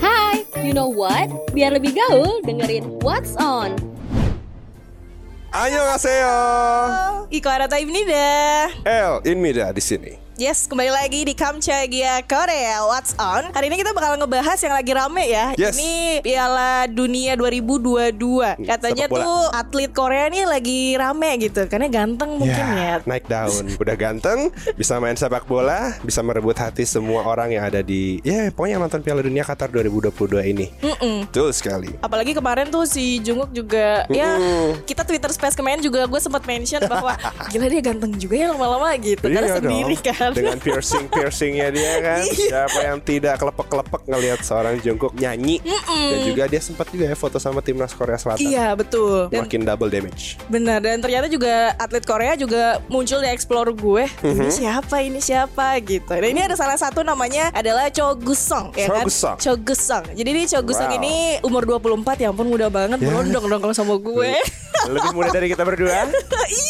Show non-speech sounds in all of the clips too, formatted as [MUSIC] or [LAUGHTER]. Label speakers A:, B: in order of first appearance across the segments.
A: Hai, you know what? Biar lebih gaul, dengerin What's On.
B: Ayo kaseo.
C: Iko Arata Ibnida
B: El Inmida di sini.
C: Yes, kembali lagi di Kamchagia Korea What's On Hari ini kita bakal ngebahas yang lagi rame ya
B: Yes.
C: Ini Piala Dunia 2022 Katanya
B: Hmm, sepak bola.
C: tuh atlet Korea nih lagi rame gitu Karena ganteng mungkin ya
B: naik daun. Udah ganteng, bisa main sepak bola, bisa merebut hati semua orang yang ada di ya pokoknya nonton Piala Dunia Qatar 2022 ini.
C: Mm-mm.
B: Betul sekali.
C: Apalagi kemarin tuh si Jungkook juga Ya
B: Mm-mm.
C: kita Twitter Space kemarin juga gue sempat mention
B: [LAUGHS]
C: bahwa Gila dia ganteng juga ya lama-lama gitu Karena
B: Iya
C: sendiri
B: dong,
C: kan Iya.
B: Dengan piercing piercingnya dia kan. Siapa yang tidak kelepek kelepek ngelihat seorang Jungkook nyanyi. Dan juga dia sempat juga ya foto sama timnas Korea Selatan.
C: Iya betul Dan
B: Makin double damage.
C: Benar dan ternyata juga atlet Korea juga muncul di explore gue.
B: Mhm.
C: Ini siapa ini siapa gitu. Dan ini ada salah satu namanya adalah Cho Gusong ya
B: Cho
C: kan?
B: Gusong.
C: Cho Gusong. Jadi ini Cho Gusong
B: Wow.
C: ini umur 24 ya ampun muda banget berondong dong kalau sama gue.
B: Lebih muda dari kita
C: [LAUGHS]
B: berdua.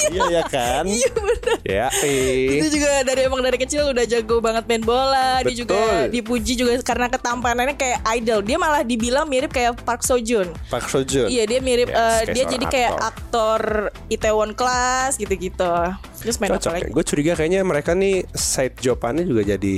B: iya ya kan. Iya benar. Ya. eh.
C: Itu juga dari emang dari kecil udah jago banget main bola. Dia juga
B: Betul.
C: dipuji juga karena ketampanannya kayak idol. Dia malah dibilang mirip kayak Park Seo Joon.
B: Park Seo Joon.
C: Iya dia mirip
B: Yes,
C: eh,
B: kayak
C: dia
B: seorang
C: jadi kayak
B: aktor.
C: aktor Itaewon Class gitu-gitu. Terus main apa
B: Cocok ya.
C: lagi?
B: Gue curiga kayaknya mereka nih side jobannya juga jadi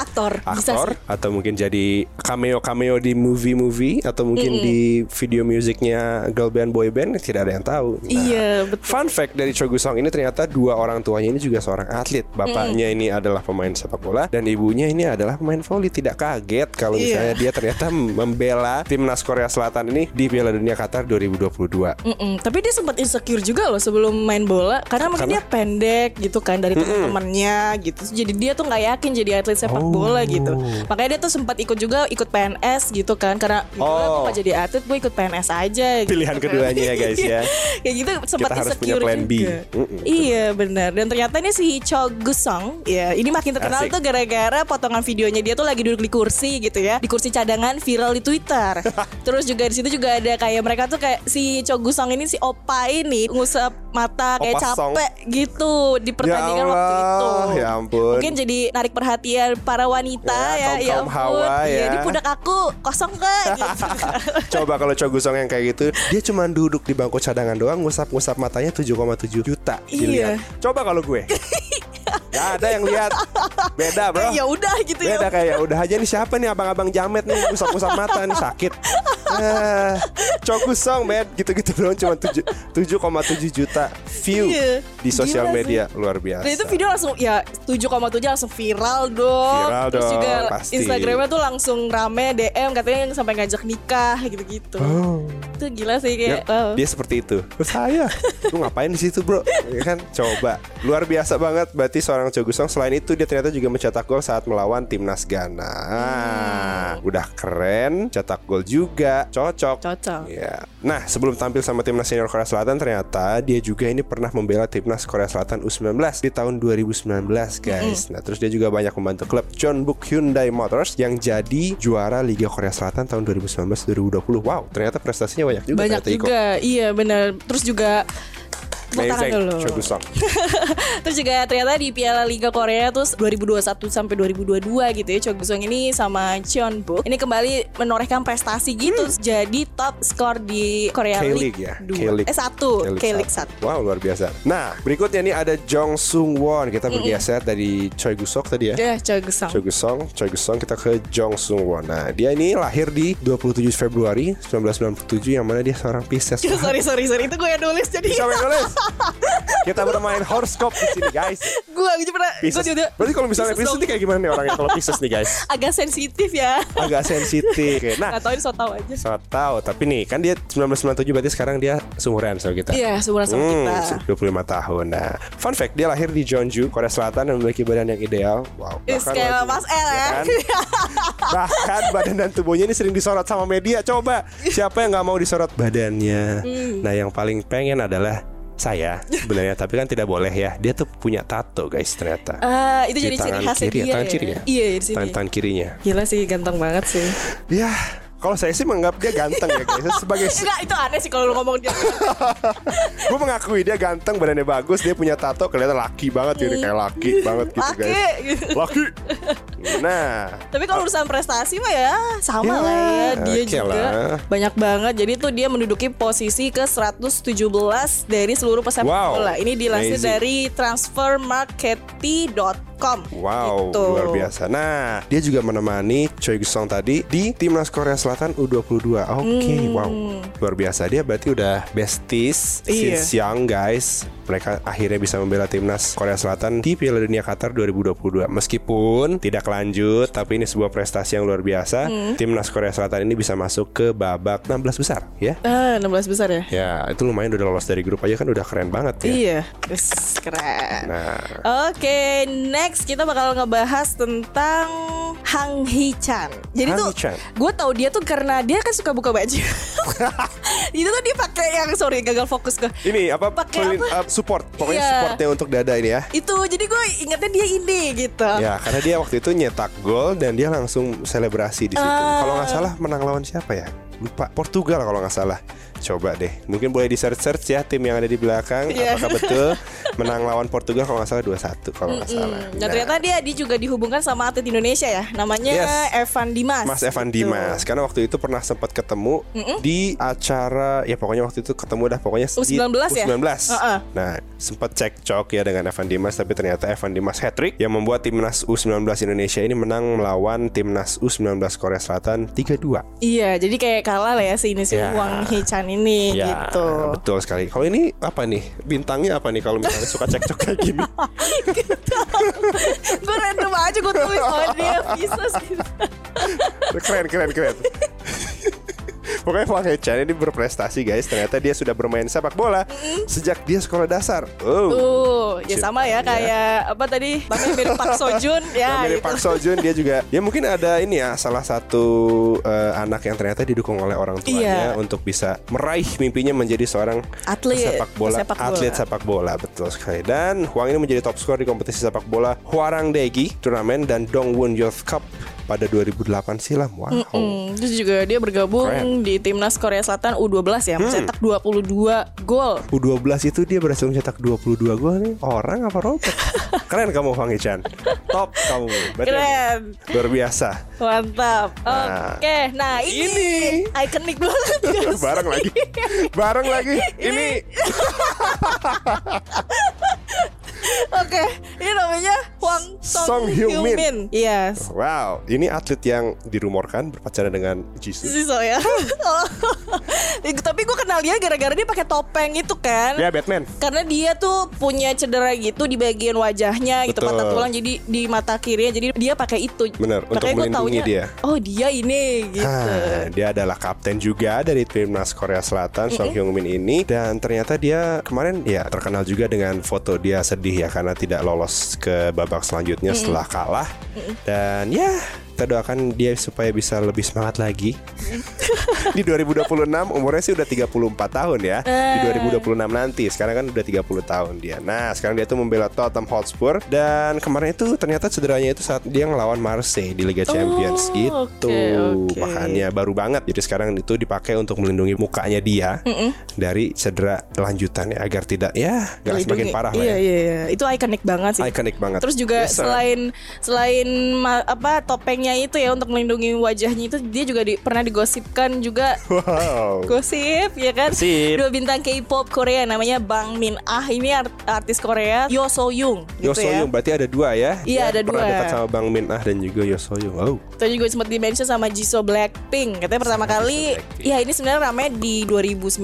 C: Aktor. [LAUGHS]
B: gitu.
C: Bisa sih.
B: aktor atau mungkin jadi cameo-cameo di movie-movie atau mungkin di video musiknya girl band boy band tidak ada yang tahu. Nah,
C: Iya betul.
B: Fun fact dari Cho Gusong ini ternyata dua orang tuanya ini juga seorang atlet.
C: Mm.
B: Bapaknya ini adalah pemain sepak bola dan ibunya ini adalah pemain voli. Tidak kaget kalau
C: Iya.
B: misalnya dia
C: [LAUGHS]
B: ternyata membela timnas Korea Selatan ini di Piala Dunia Qatar 2022.
C: Mm-mm. Tapi dia sempat insecure juga loh sebelum main bola karena mungkin dia pendek gitu kan dari teman-temannya gitu. Terus Jadi dia tuh nggak yakin jadi atlet sepak
B: Oh.
C: bola gitu. Makanya dia tuh sempat ikut juga ikut PNS gitu kan karena gitu lah, gue
B: Oh.
C: nggak jadi atlet gue ikut PNS aja. Gitu.
B: Pilihan keduanya ya guys ya.
C: Kayak gitu sempat
B: harus punya
C: insecure
B: plan B.
C: juga.
B: Mm-mm.
C: Iya benar. Dan ternyata ini si Cho Gusong ya ini makin terkenal
B: Asik.
C: tuh gara-gara potongan videonya dia tuh lagi duduk di kursi gitu ya, di kursi cadangan viral di
B: [LAUGHS]
C: Twitter. Terus juga di situ juga ada kayak mereka tuh kayak si Cho Gusong ini si opa ini ngusap mata kayak
B: Opa Song.
C: capek gitu di [LAUGHS] pertandingan
B: Ya
C: waktu
B: Allah,
C: itu.
B: ya ampun.
C: Mungkin jadi narik perhatian para wanita ya,
B: Ya,
C: ya
B: kaum-kaum
C: ampun.
B: hawa ya.
C: Jadi pundak aku kosong
B: [LAUGHS]
C: kak gitu.
B: Coba kalau Cho Gusong yang kayak gitu, dia cuma duduk di bangku cadangan doang, ngusap-ngusap matanya 7,7 juta
C: Iya.
B: dilihat. Coba kalau
C: [LAUGHS]
B: gue. Gak ada yang lihat. Beda, Bro.
C: [LAUGHS] ya udah gitu ya.
B: Beda kayak udah aja nih siapa nih abang-abang jamet nih ngusap-ngusap mata nih sakit. Eh, Cho Gusong, man, gitu-gitu doang cuma tujuh- 7,7 juta view
C: Iya.
B: di sosial
C: Gila sih.
B: media luar biasa.
C: Dan itu video langsung ya 7,7 langsung viral dong.
B: Viral
C: Terus
B: dong,
C: juga
B: pasti.
C: Instagramnya tuh langsung rame DM katanya yang sampai ngajak nikah gitu-gitu.
B: Oh.
C: Itu gila sih
B: Ya,
C: kayak. wow.
B: Dia seperti itu. Oh, Saya, lu ngapain di situ bro? Ya kan, coba. Luar biasa banget. Berarti seorang Cho Gusong selain itu dia ternyata juga mencetak gol saat melawan timnas Ghana. Ah, Udah keren, cetak gol juga, cocok.
C: Hmm. Cocok.
B: Iya. Nah, sebelum tampil sama timnas senior Korea Selatan, ternyata dia juga ini pernah membela timnas Korea Selatan U19 di tahun 2019, guys. Nah, terus dia juga banyak membantu klub Jeonbuk Hyundai Motors yang jadi juara Liga Korea Selatan tahun 2019-2020. Wow, ternyata prestasinya banyak juga.
C: Banyak
B: ternyata, Iko.
C: juga. Iya benar. Terus juga Tepuk tangan
B: Amazing,
C: dulu.
B: Cho Gusong.
C: [LAUGHS] Terus juga ternyata di Piala Liga Korea terus 2021 sampai 2022 gitu ya Cho Gusung ini sama Cheon Book ini kembali menorehkan prestasi gitu jadi top skor di Korea
B: Hmm. K-League
C: League
B: ya,
C: 2.
B: K-League.
C: Eh satu
B: K-League
C: K-League
B: satu.
C: satu
B: Wow, luar biasa. Nah, berikutnya nih ada Jong Sung Won. Kita bergeser dari Choi Gusok tadi ya.
C: Ya Cho Gusung.
B: Choi Gusong, Choi Gusong kita ke Jong Sung Won. Nah, dia ini lahir di 27 Februari 1997 yang mana dia seorang Pisces. [LAUGHS]
C: sorry sorry sorry itu gue yang nulis jadi
B: Siapa yang nulis? Kita bermain horoscope di sini, guys.
C: [LAUGHS] gue aja pernah gue
B: Pisces.
C: juga
B: Berarti kalau misalnya Pisces
C: dong.
B: nih kayak gimana nih orangnya kalau Pisces nih, guys?
C: agak sensitif ya
B: Agak sensitif. Nah,
C: nggak tahu ini so tau aja
B: Sangat tahu, tapi nih kan dia 1997 berarti sekarang dia seumuran sama kita.
C: iya seumuran sama kita
B: Hmm, 25 tahun. Nah, fun fact dia lahir di Jeonju, Korea Selatan dan memiliki badan yang ideal. Wow.
C: Is kayak
B: wajib-
C: Mas El ya
B: kan?
C: [LAUGHS]
B: bahkan badan dan tubuhnya ini sering disorot sama media. Coba siapa yang nggak mau disorot badannya?
C: Hmm.
B: Nah, yang paling pengen adalah saya sebenarnya, tapi kan tidak boleh ya. Dia tuh punya tato guys ternyata.
C: Ah, itu
B: Di
C: jadi ciri
B: tangan
C: khasnya
B: kiri ya,
C: dia
B: tangan
C: ya.
B: kirinya.
C: iya di sini
B: Tangan, tangan kirinya.
C: gila sih ganteng banget sih
B: Ya, Kalau saya sih menganggap dia ganteng ya guys.
C: [LAUGHS]
B: Sebagai Gitu,
C: Enggak, itu aneh sih kalau lu ngomong dia.
B: gue mengakui dia ganteng, badannya bagus, dia punya tato kelihatan laki banget gitu kayak laki banget gitu
C: Hmm. Laki,
B: guys.
C: gitu.
B: Laki. Nah,
C: Tapi kalau urusan prestasi mah ya sama
B: Ya,
C: lah ya. Dia
B: oke
C: juga
B: lah.
C: banyak banget. Jadi tuh dia menduduki posisi ke 117 dari seluruh pesepak
B: Wow,
C: bola. Ini dilansir
B: amazing.
C: dari transfermarketi.com.
B: Wow,
C: Gitu.
B: luar biasa. Nah, dia juga menemani Choi Gusong tadi di timnas Korea Selatan U22. Oke,
C: Hmm.
B: wow, luar biasa. Dia berarti udah besties
C: Iya.
B: since young, guys. Mereka akhirnya bisa membela timnas Korea Selatan di Piala Dunia Qatar 2022. Meskipun tidak lanjut, tapi ini sebuah prestasi yang luar biasa.
C: Hmm.
B: Timnas Korea Selatan ini bisa masuk ke babak 16 besar, ya.
C: Ah, 16 besar ya?
B: Ya, itu lumayan udah lolos dari grup aja kan udah keren banget ya.
C: Iya. Wes, keren.
B: Nah,
C: Oke, next kita bakal ngebahas tentang Hang Hee Chan. Jadi
B: Hang
C: tuh
B: Hee Chan.
C: gue tau dia tuh karena dia kan suka buka
B: [LAUGHS]
C: baju. itu tuh dia pakai yang sorry gagal fokus gue.
B: ini apa,
C: Pakai
B: pelin- uh, support, pokoknya
C: Iya.
B: supportnya untuk dada ini ya.
C: Itu jadi gue ingetnya dia ini gitu.
B: Ya, karena dia waktu itu nyetak gol dan dia langsung selebrasi di situ.
C: Ah.
B: Kalau nggak salah menang lawan siapa ya? Lupa. Portugal kalau nggak salah. Coba deh. Mungkin boleh di search search ya tim yang ada di belakang
C: Iya.
B: apakah betul menang lawan Portugal kalau nggak salah 2-1 kalau nggak salah.
C: Dan
B: Nah,
C: Hmm, ternyata dia, dia juga dihubungkan sama atlet Indonesia ya. Namanya
B: Yes.
C: Evan Dimas.
B: Mas Evan
C: Gitu.
B: Dimas karena waktu itu pernah sempat ketemu di acara ya pokoknya waktu itu ketemu dah pokoknya di
C: U19 ya?
B: U19.
C: Heeh.
B: Nah, sempat cekcok ya dengan Evan Dimas tapi ternyata Evan Dimas hat-trick yang membuat timnas U19 Indonesia ini menang melawan timnas U19 Korea Selatan 3-2.
C: Iya, jadi kayak kalah lah ya si ini si
B: Ya.
C: Wang Hee Chan ini
B: Ya,
C: gitu.
B: betul sekali. Kalau ini apa nih? Bintangnya apa nih kalau misalnya suka cekcok kayak
C: [LAUGHS]
B: gini?
C: gue random aja gue tulis oh dia Pisces gitu.
B: Keren, keren, keren. [LAUGHS] Pokoknya Wang Hechan ini berprestasi guys. Ternyata dia sudah bermain sepak bola sejak dia sekolah dasar. Oh.
C: Tuh, ya sama ya
B: Cintanya.
C: kayak apa tadi? Namanya mirip Park Sojun ya.
B: Namanya
C: gitu.
B: iya. Park Sojun dia juga ya mungkin ada ini ya salah satu eh, anak yang ternyata didukung oleh orang tuanya
C: Iya.
B: untuk bisa meraih mimpinya menjadi seorang
C: Atlet,
B: sepak bola,
C: pesepak bola.
B: atlet sepak bola betul sekali. Dan Huang ini menjadi top skor di kompetisi sepak bola Hwarangdaegi turnamen dan Dongwon Youth Cup pada 2008 silam. Wow.
C: Hmm, terus juga dia bergabung
B: Keren. Hmm.
C: di timnas Korea Selatan U12 ya, mencetak 22 gol.
B: U12 itu dia berhasil mencetak 22 gol nih. Orang apa
C: [LAUGHS]
B: robot? Keren kamu Huang Ichan. Top kamu. Berarti
C: Keren.
B: Luar biasa.
C: Mantap.
B: Nah,
C: Oke, nah ini,
B: ini.
C: ikonik banget. guys.
B: Bareng lagi. Bareng lagi. Ini
C: Oke, ini namanya Hwang Song,
B: Song
C: Hyun
B: Heung-min.
C: Min. Iya, Yes.
B: Wow, ini atlet yang dirumorkan berpacaran dengan Jisoo.
C: Si ya. Oh. [LAUGHS] Tapi gue kenal dia gara-gara dia pakai topeng itu kan.
B: Hmm. Ya Batman.
C: karena dia tuh punya cedera gitu di bagian wajahnya gitu
B: Betul.
C: patah tulang jadi di mata kirinya jadi dia pakai itu
B: Bener, untuk
C: Makanya gua
B: melindungi
C: taunya,
B: dia.
C: oh dia ini gitu
B: Ah, dia adalah kapten juga dari timnas Korea Selatan Song Hyung Min ini dan ternyata dia kemarin ya terkenal juga dengan foto dia sedih ya karena tidak lolos ke babak selanjutnya setelah kalah dan ya kita doakan dia supaya bisa lebih semangat lagi di 2026 umurnya sih udah 34 tahun ya di
C: Eh.
B: 2026 nanti sekarang kan udah 30 tahun dia nah sekarang dia tuh membela Tottenham Hotspur dan kemarin itu ternyata cederanya itu saat dia ngelawan Marseille di Liga Champions
C: oke,
B: gitu
C: Oh, oke.
B: makanya baru banget jadi sekarang itu dipakai untuk melindungi mukanya dia dari cedera lanjutannya agar tidak ya nggak semakin
C: Melindungi.
B: parah
C: iya,
B: lah ya
C: iya iya itu ikonik banget sih
B: Iconic banget
C: Terus juga
B: Yes, sir.
C: selain selain ma- apa topengnya itu ya untuk melindungi wajahnya itu dia juga di- pernah digosipkan juga
B: wow
C: gosip ya kan
B: Gosip.
C: dua bintang K-pop Korea namanya Bang Min Ah ini art- artis Korea Yo So Young gitu
B: Yo
C: ya.
B: Soyoung berarti ada dua ya
C: Iya,
B: Dia
C: ada
B: pernah
C: dua.
B: dekat sama Bang Min Ah dan juga Yo Soyoung wow
C: Tadi juga sempat di-mention sama Jisoo Blackpink Katanya pertama kali
B: Blackpink.
C: Ya ini sebenarnya ramai di 2019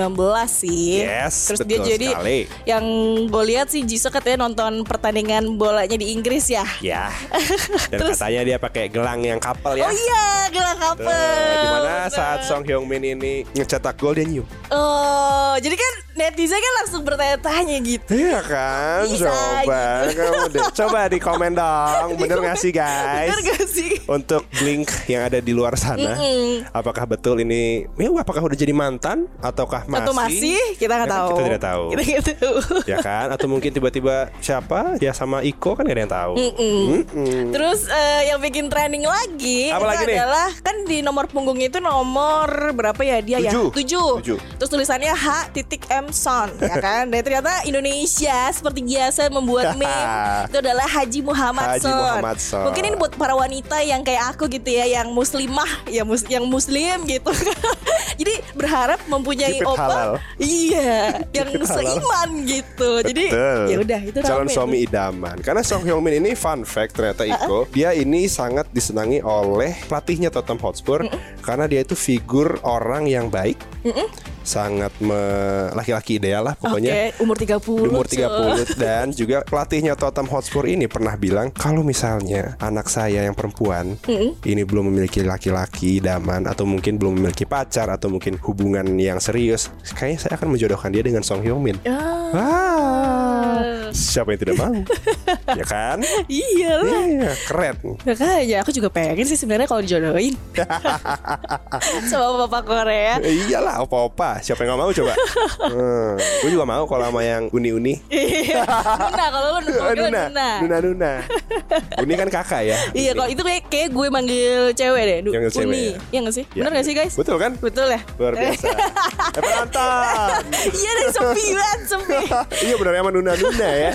C: sih
B: Yes,
C: Terus
B: betul
C: dia jadi
B: sekali.
C: Yang gue lihat sih Jisoo katanya nonton pertandingan bolanya di Inggris ya
B: [LAUGHS] ya dan katanya dia pakai gelang yang kapal ya Eh,
C: Oh iya gelang
B: Tuh,
C: kapal
B: dimana saat Song Hyung Min ini ngecetak gol dia nyium
C: Oh jadi kan netizen kan langsung bertanya-tanya gitu.
B: Iya kan,
C: Bisa
B: coba kamu deh. Coba di komen [LAUGHS] dong, Iya, bener gak sih guys?
C: Bener gak sih?
B: Untuk Blink yang ada di luar sana,
C: Mm-mm.
B: apakah betul ini? Ya, apakah udah jadi mantan ataukah masih?
C: Atau masih kita
B: Ya
C: nggak
B: kan
C: tahu.
B: Kita tidak tahu.
C: Kita nggak tahu.
B: ya kan? Atau mungkin tiba-tiba siapa dia sama Iko kan gak ada yang tahu. Mm-mm.
C: Terus eh, yang bikin trending lagi
B: Apa
C: itu
B: lagi nih?
C: adalah kan di nomor punggung itu nomor berapa ya dia
B: Tujuh.
C: ya? Tujuh.
B: Tujuh.
C: Terus tulisannya H titik M son ya kan? Dan ternyata Indonesia seperti biasa
B: [LAUGHS]
C: membuat meme itu adalah Haji Muhammad
B: Haji
C: Son.
B: Muhammad Son.
C: Mungkin ini buat para wanita yang kayak aku gitu ya, yang muslimah, ya mus- yang muslim gitu. [LAUGHS] Jadi berharap mempunyai
B: Jepit halal.
C: opa iya yang
B: Jepit halal.
C: seiman gitu. Jadi
B: Betul.
C: ya udah itu
B: calon
C: rame.
B: suami idaman. Karena Song Hyung Min ini fun fact ternyata Iko, dia ini sangat disenangi oleh pelatihnya Tottenham Hotspur karena dia itu figur orang yang baik. Sangat me- laki-laki ideal lah pokoknya.
C: Oke, umur
B: di
C: 30.
B: umur
C: cuy.
B: 30
C: [LAUGHS]
B: dan juga pelatihnya Tottenham Hotspur ini pernah bilang kalau misalnya anak saya yang perempuan ini belum memiliki laki-laki idaman atau mungkin belum memiliki pacar atau mungkin hubungan yang serius kayaknya saya akan menjodohkan dia dengan Song Hyo Min
C: Ah.
B: Ah, siapa yang
C: [LAUGHS]
B: tidak mau ya kan
C: Iya lah.
B: iya keren
C: Makanya aku juga pengen sih sebenarnya kalau dijodohin
B: [LAUGHS]
C: sama bapak Korea.
B: Eh, iyalah opa-opa siapa yang gak mau coba hmm, gue juga mau kalau sama yang uni-uni
C: Iya.
B: Ah,
C: Nuna kalau lu manggil Nuna.
B: Nuna Nuna Uni kan kakak ya
C: Iya kalau itu kayak, kayak gue manggil cewek deh. Du,
B: Yang manggil cewek
C: Uni.
B: ya.
C: Iya nggak sih?
B: Ya,
C: Bener nggak sih guys?
B: Betul kan?
C: Betul ya.
B: Luar
C: [LAUGHS]
B: biasa. Eh, penonton.
C: Iya deh
B: [LAUGHS]
C: sepi banget sepi.
B: iya benar emang nunda-nunda ya.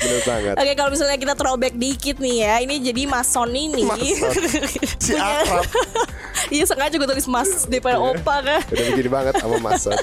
B: Benar banget.
C: Oke kalau misalnya kita throwback dikit nih ya Ini jadi Mason ini [LAUGHS]
B: Mason. Si
C: Punya-
B: akrab.
C: [LAUGHS] Iya sengaja gue tulis Mas daripada
B: Iya.
C: Opa kan
B: Udah begini banget sama Mason.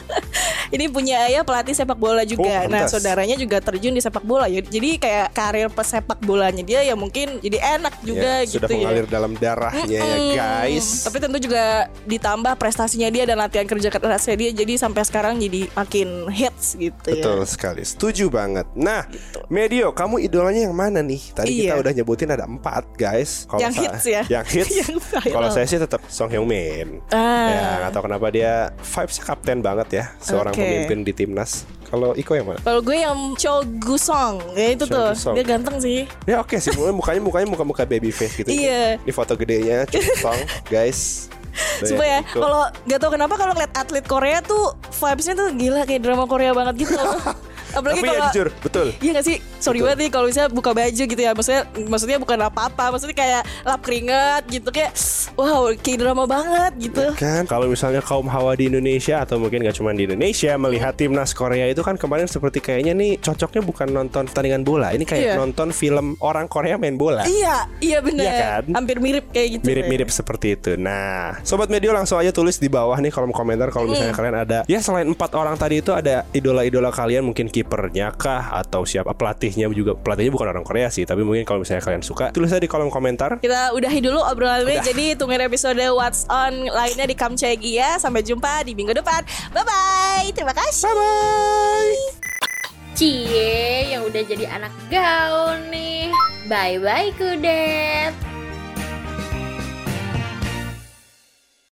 C: Ini punya ayah pelatih sepak bola juga.
B: Oh,
C: nah,
B: pantas.
C: saudaranya juga terjun di sepak bola. ya. Jadi kayak karir pesepak bolanya dia ya mungkin jadi enak juga
B: Ya,
C: gitu
B: sudah
C: ya.
B: mengalir dalam darahnya ya
C: Hmm,
B: guys.
C: Tapi tentu juga ditambah prestasinya dia dan latihan kerja kerasnya dia jadi sampai sekarang jadi makin hits gitu
B: Betul
C: ya. Gitu.
B: sekali, setuju banget. Nah, Medio, kamu idolanya yang mana nih? Tadi kita
C: Iya.
B: udah nyebutin ada empat guys. Kalau
C: Yang
B: saya-
C: hits ya.
B: Yang hits.
C: [LAUGHS] Yang viral.
B: Kalau saya sih tetap Song Hyung Min.
C: Ah.
B: Ya, nggak tahu kenapa dia vibesnya kapten banget ya, seorang
C: Oke.
B: pemimpin di timnas. Kalau Iko yang mana?
C: Kalau gue yang Cho Gusong, ya itu
B: Cho
C: tuh.
B: Gusong.
C: Dia ganteng sih.
B: Ya oke sih, mukanya mukanya mukanya muka muka baby face gitu.
C: Iya.
B: Ini foto gedenya, cukup Song, guys. Tuh
C: Sumpah ya,
B: Iko.
C: kalau gak tau kenapa kalau ngeliat atlet Korea tuh vibesnya tuh gila kayak drama Korea banget
B: [LAUGHS]
C: gitu. Apalagi
B: Tapi ya
C: kalau
B: jujur, betul.
C: Iya gak sih? Sorry
B: Betul.
C: banget nih kalau misalnya buka baju gitu ya Maksudnya maksudnya bukan apa-apa Maksudnya kayak lap keringat gitu Kayak wow kayak drama banget gitu
B: Kan kalau misalnya kaum hawa di Indonesia atau mungkin gak cuma di Indonesia melihat timnas Korea itu kan kemarin seperti kayaknya nih cocoknya bukan nonton pertandingan bola, ini kayak
C: Iya.
B: nonton film orang Korea main bola.
C: Iya, iya bener
B: Iya kan?
C: Hampir mirip kayak gitu
B: Mirip-mirip seperti itu. Nah, sobat medio langsung aja tulis di bawah nih kolom komentar kalau misalnya kalian ada ya selain empat orang tadi itu ada idola-idola kalian mungkin kipernya kah atau siapa pelatihnya juga pelatihnya bukan orang Korea sih, tapi mungkin kalau misalnya kalian suka tulis aja di kolom komentar.
C: Kita udahi dulu obrolannya
B: Udah.
C: Jadi tungguin episode What's On lainnya di Kamchegi ya Sampai jumpa di minggu depan Bye-bye Terima kasih Bye-bye
A: Cie, yang udah jadi anak gaul nih. Bye-bye kudet.